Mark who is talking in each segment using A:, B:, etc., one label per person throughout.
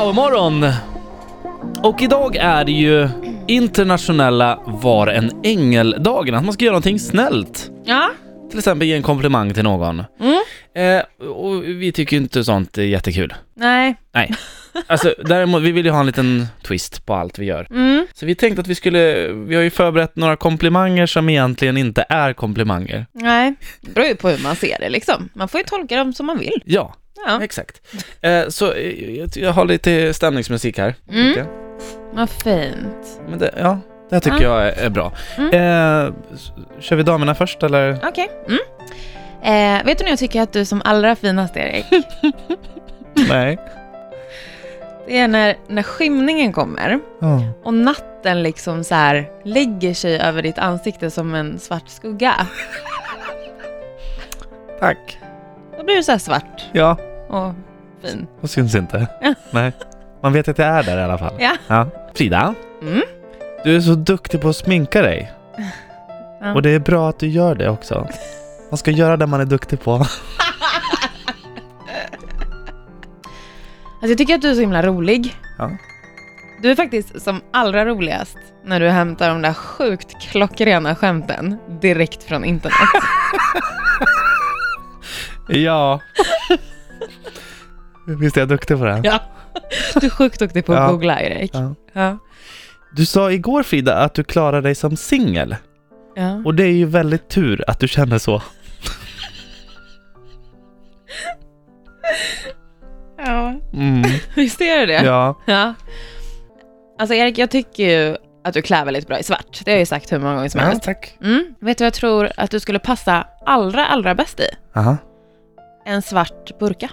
A: Powermorgon! Och idag är det ju internationella Var en ängel-dagen, att man ska göra någonting snällt.
B: Ja.
A: Till exempel ge en komplimang till någon.
B: Mm.
A: Eh, och vi tycker ju inte sånt är jättekul.
B: Nej.
A: Alltså däremot, vi vill ju ha en liten twist på allt vi gör.
B: Mm.
A: Så vi tänkte att vi skulle, vi har ju förberett några komplimanger som egentligen inte är komplimanger.
B: Nej. Det beror ju på hur man ser det liksom. Man får ju tolka dem som man vill.
A: Ja,
B: Ja.
A: exakt. Eh, så eh, jag, jag har lite stämningsmusik här.
B: Mm.
A: tycker jag.
B: Vad fint.
A: Men det, ja, det här tycker
B: Ja.
A: jag är, är bra.
B: Mm.
A: Eh, s- kör vi damerna först eller?
B: Okej. Mm. Eh, vet du när jag tycker att du är som allra finast, Erik?
A: Nej.
B: Det är när, när skymningen kommer
A: Ja.
B: och natten liksom så här lägger sig över ditt ansikte som en svart skugga.
A: Tack.
B: Då blir du så här svart
A: Ja,
B: och fin.
A: och syns inte. Nej. Man vet att jag är där i alla fall.
B: Ja.
A: Frida,
B: Mm.
A: du är så duktig på att sminka dig.
B: Ja.
A: Och det är bra att du gör det också. Man ska göra det man är duktig på.
B: Alltså jag tycker att du är så himla rolig.
A: Ja.
B: Du är faktiskt som allra roligast när du hämtar de där sjukt klockrena skämten direkt från internet.
A: Ja. Visst är jag duktig på det?
B: Ja. Du är sjukt duktig på att
A: Ja.
B: googla, Erik.
A: Ja.
B: Ja.
A: Du sa igår Frida att du klarar dig som singel.
B: Ja.
A: Och det är ju väldigt tur att du känner så.
B: ja.
A: Mm.
B: Visst är det det?
A: Ja.
B: Ja. Alltså Erik, jag tycker ju att du klär väldigt bra i svart. Det har jag ju sagt hur många gånger som helst.
A: tack.
B: Mm. Vet du vad jag tror att du skulle passa allra, allra bäst i?
A: Aha.
B: En svart burka.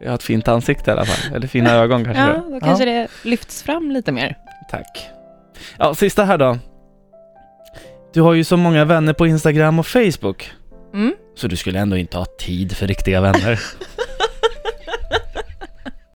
A: Jag har ett fint ansikte i alla fall, eller fina ögon kanske.
B: Ja, då kanske det lyfts fram lite mer.
A: Tack. Ja, sista här då. Du har ju så många vänner på Instagram och Facebook,
B: Mm.
A: så du skulle ändå inte ha tid för riktiga vänner.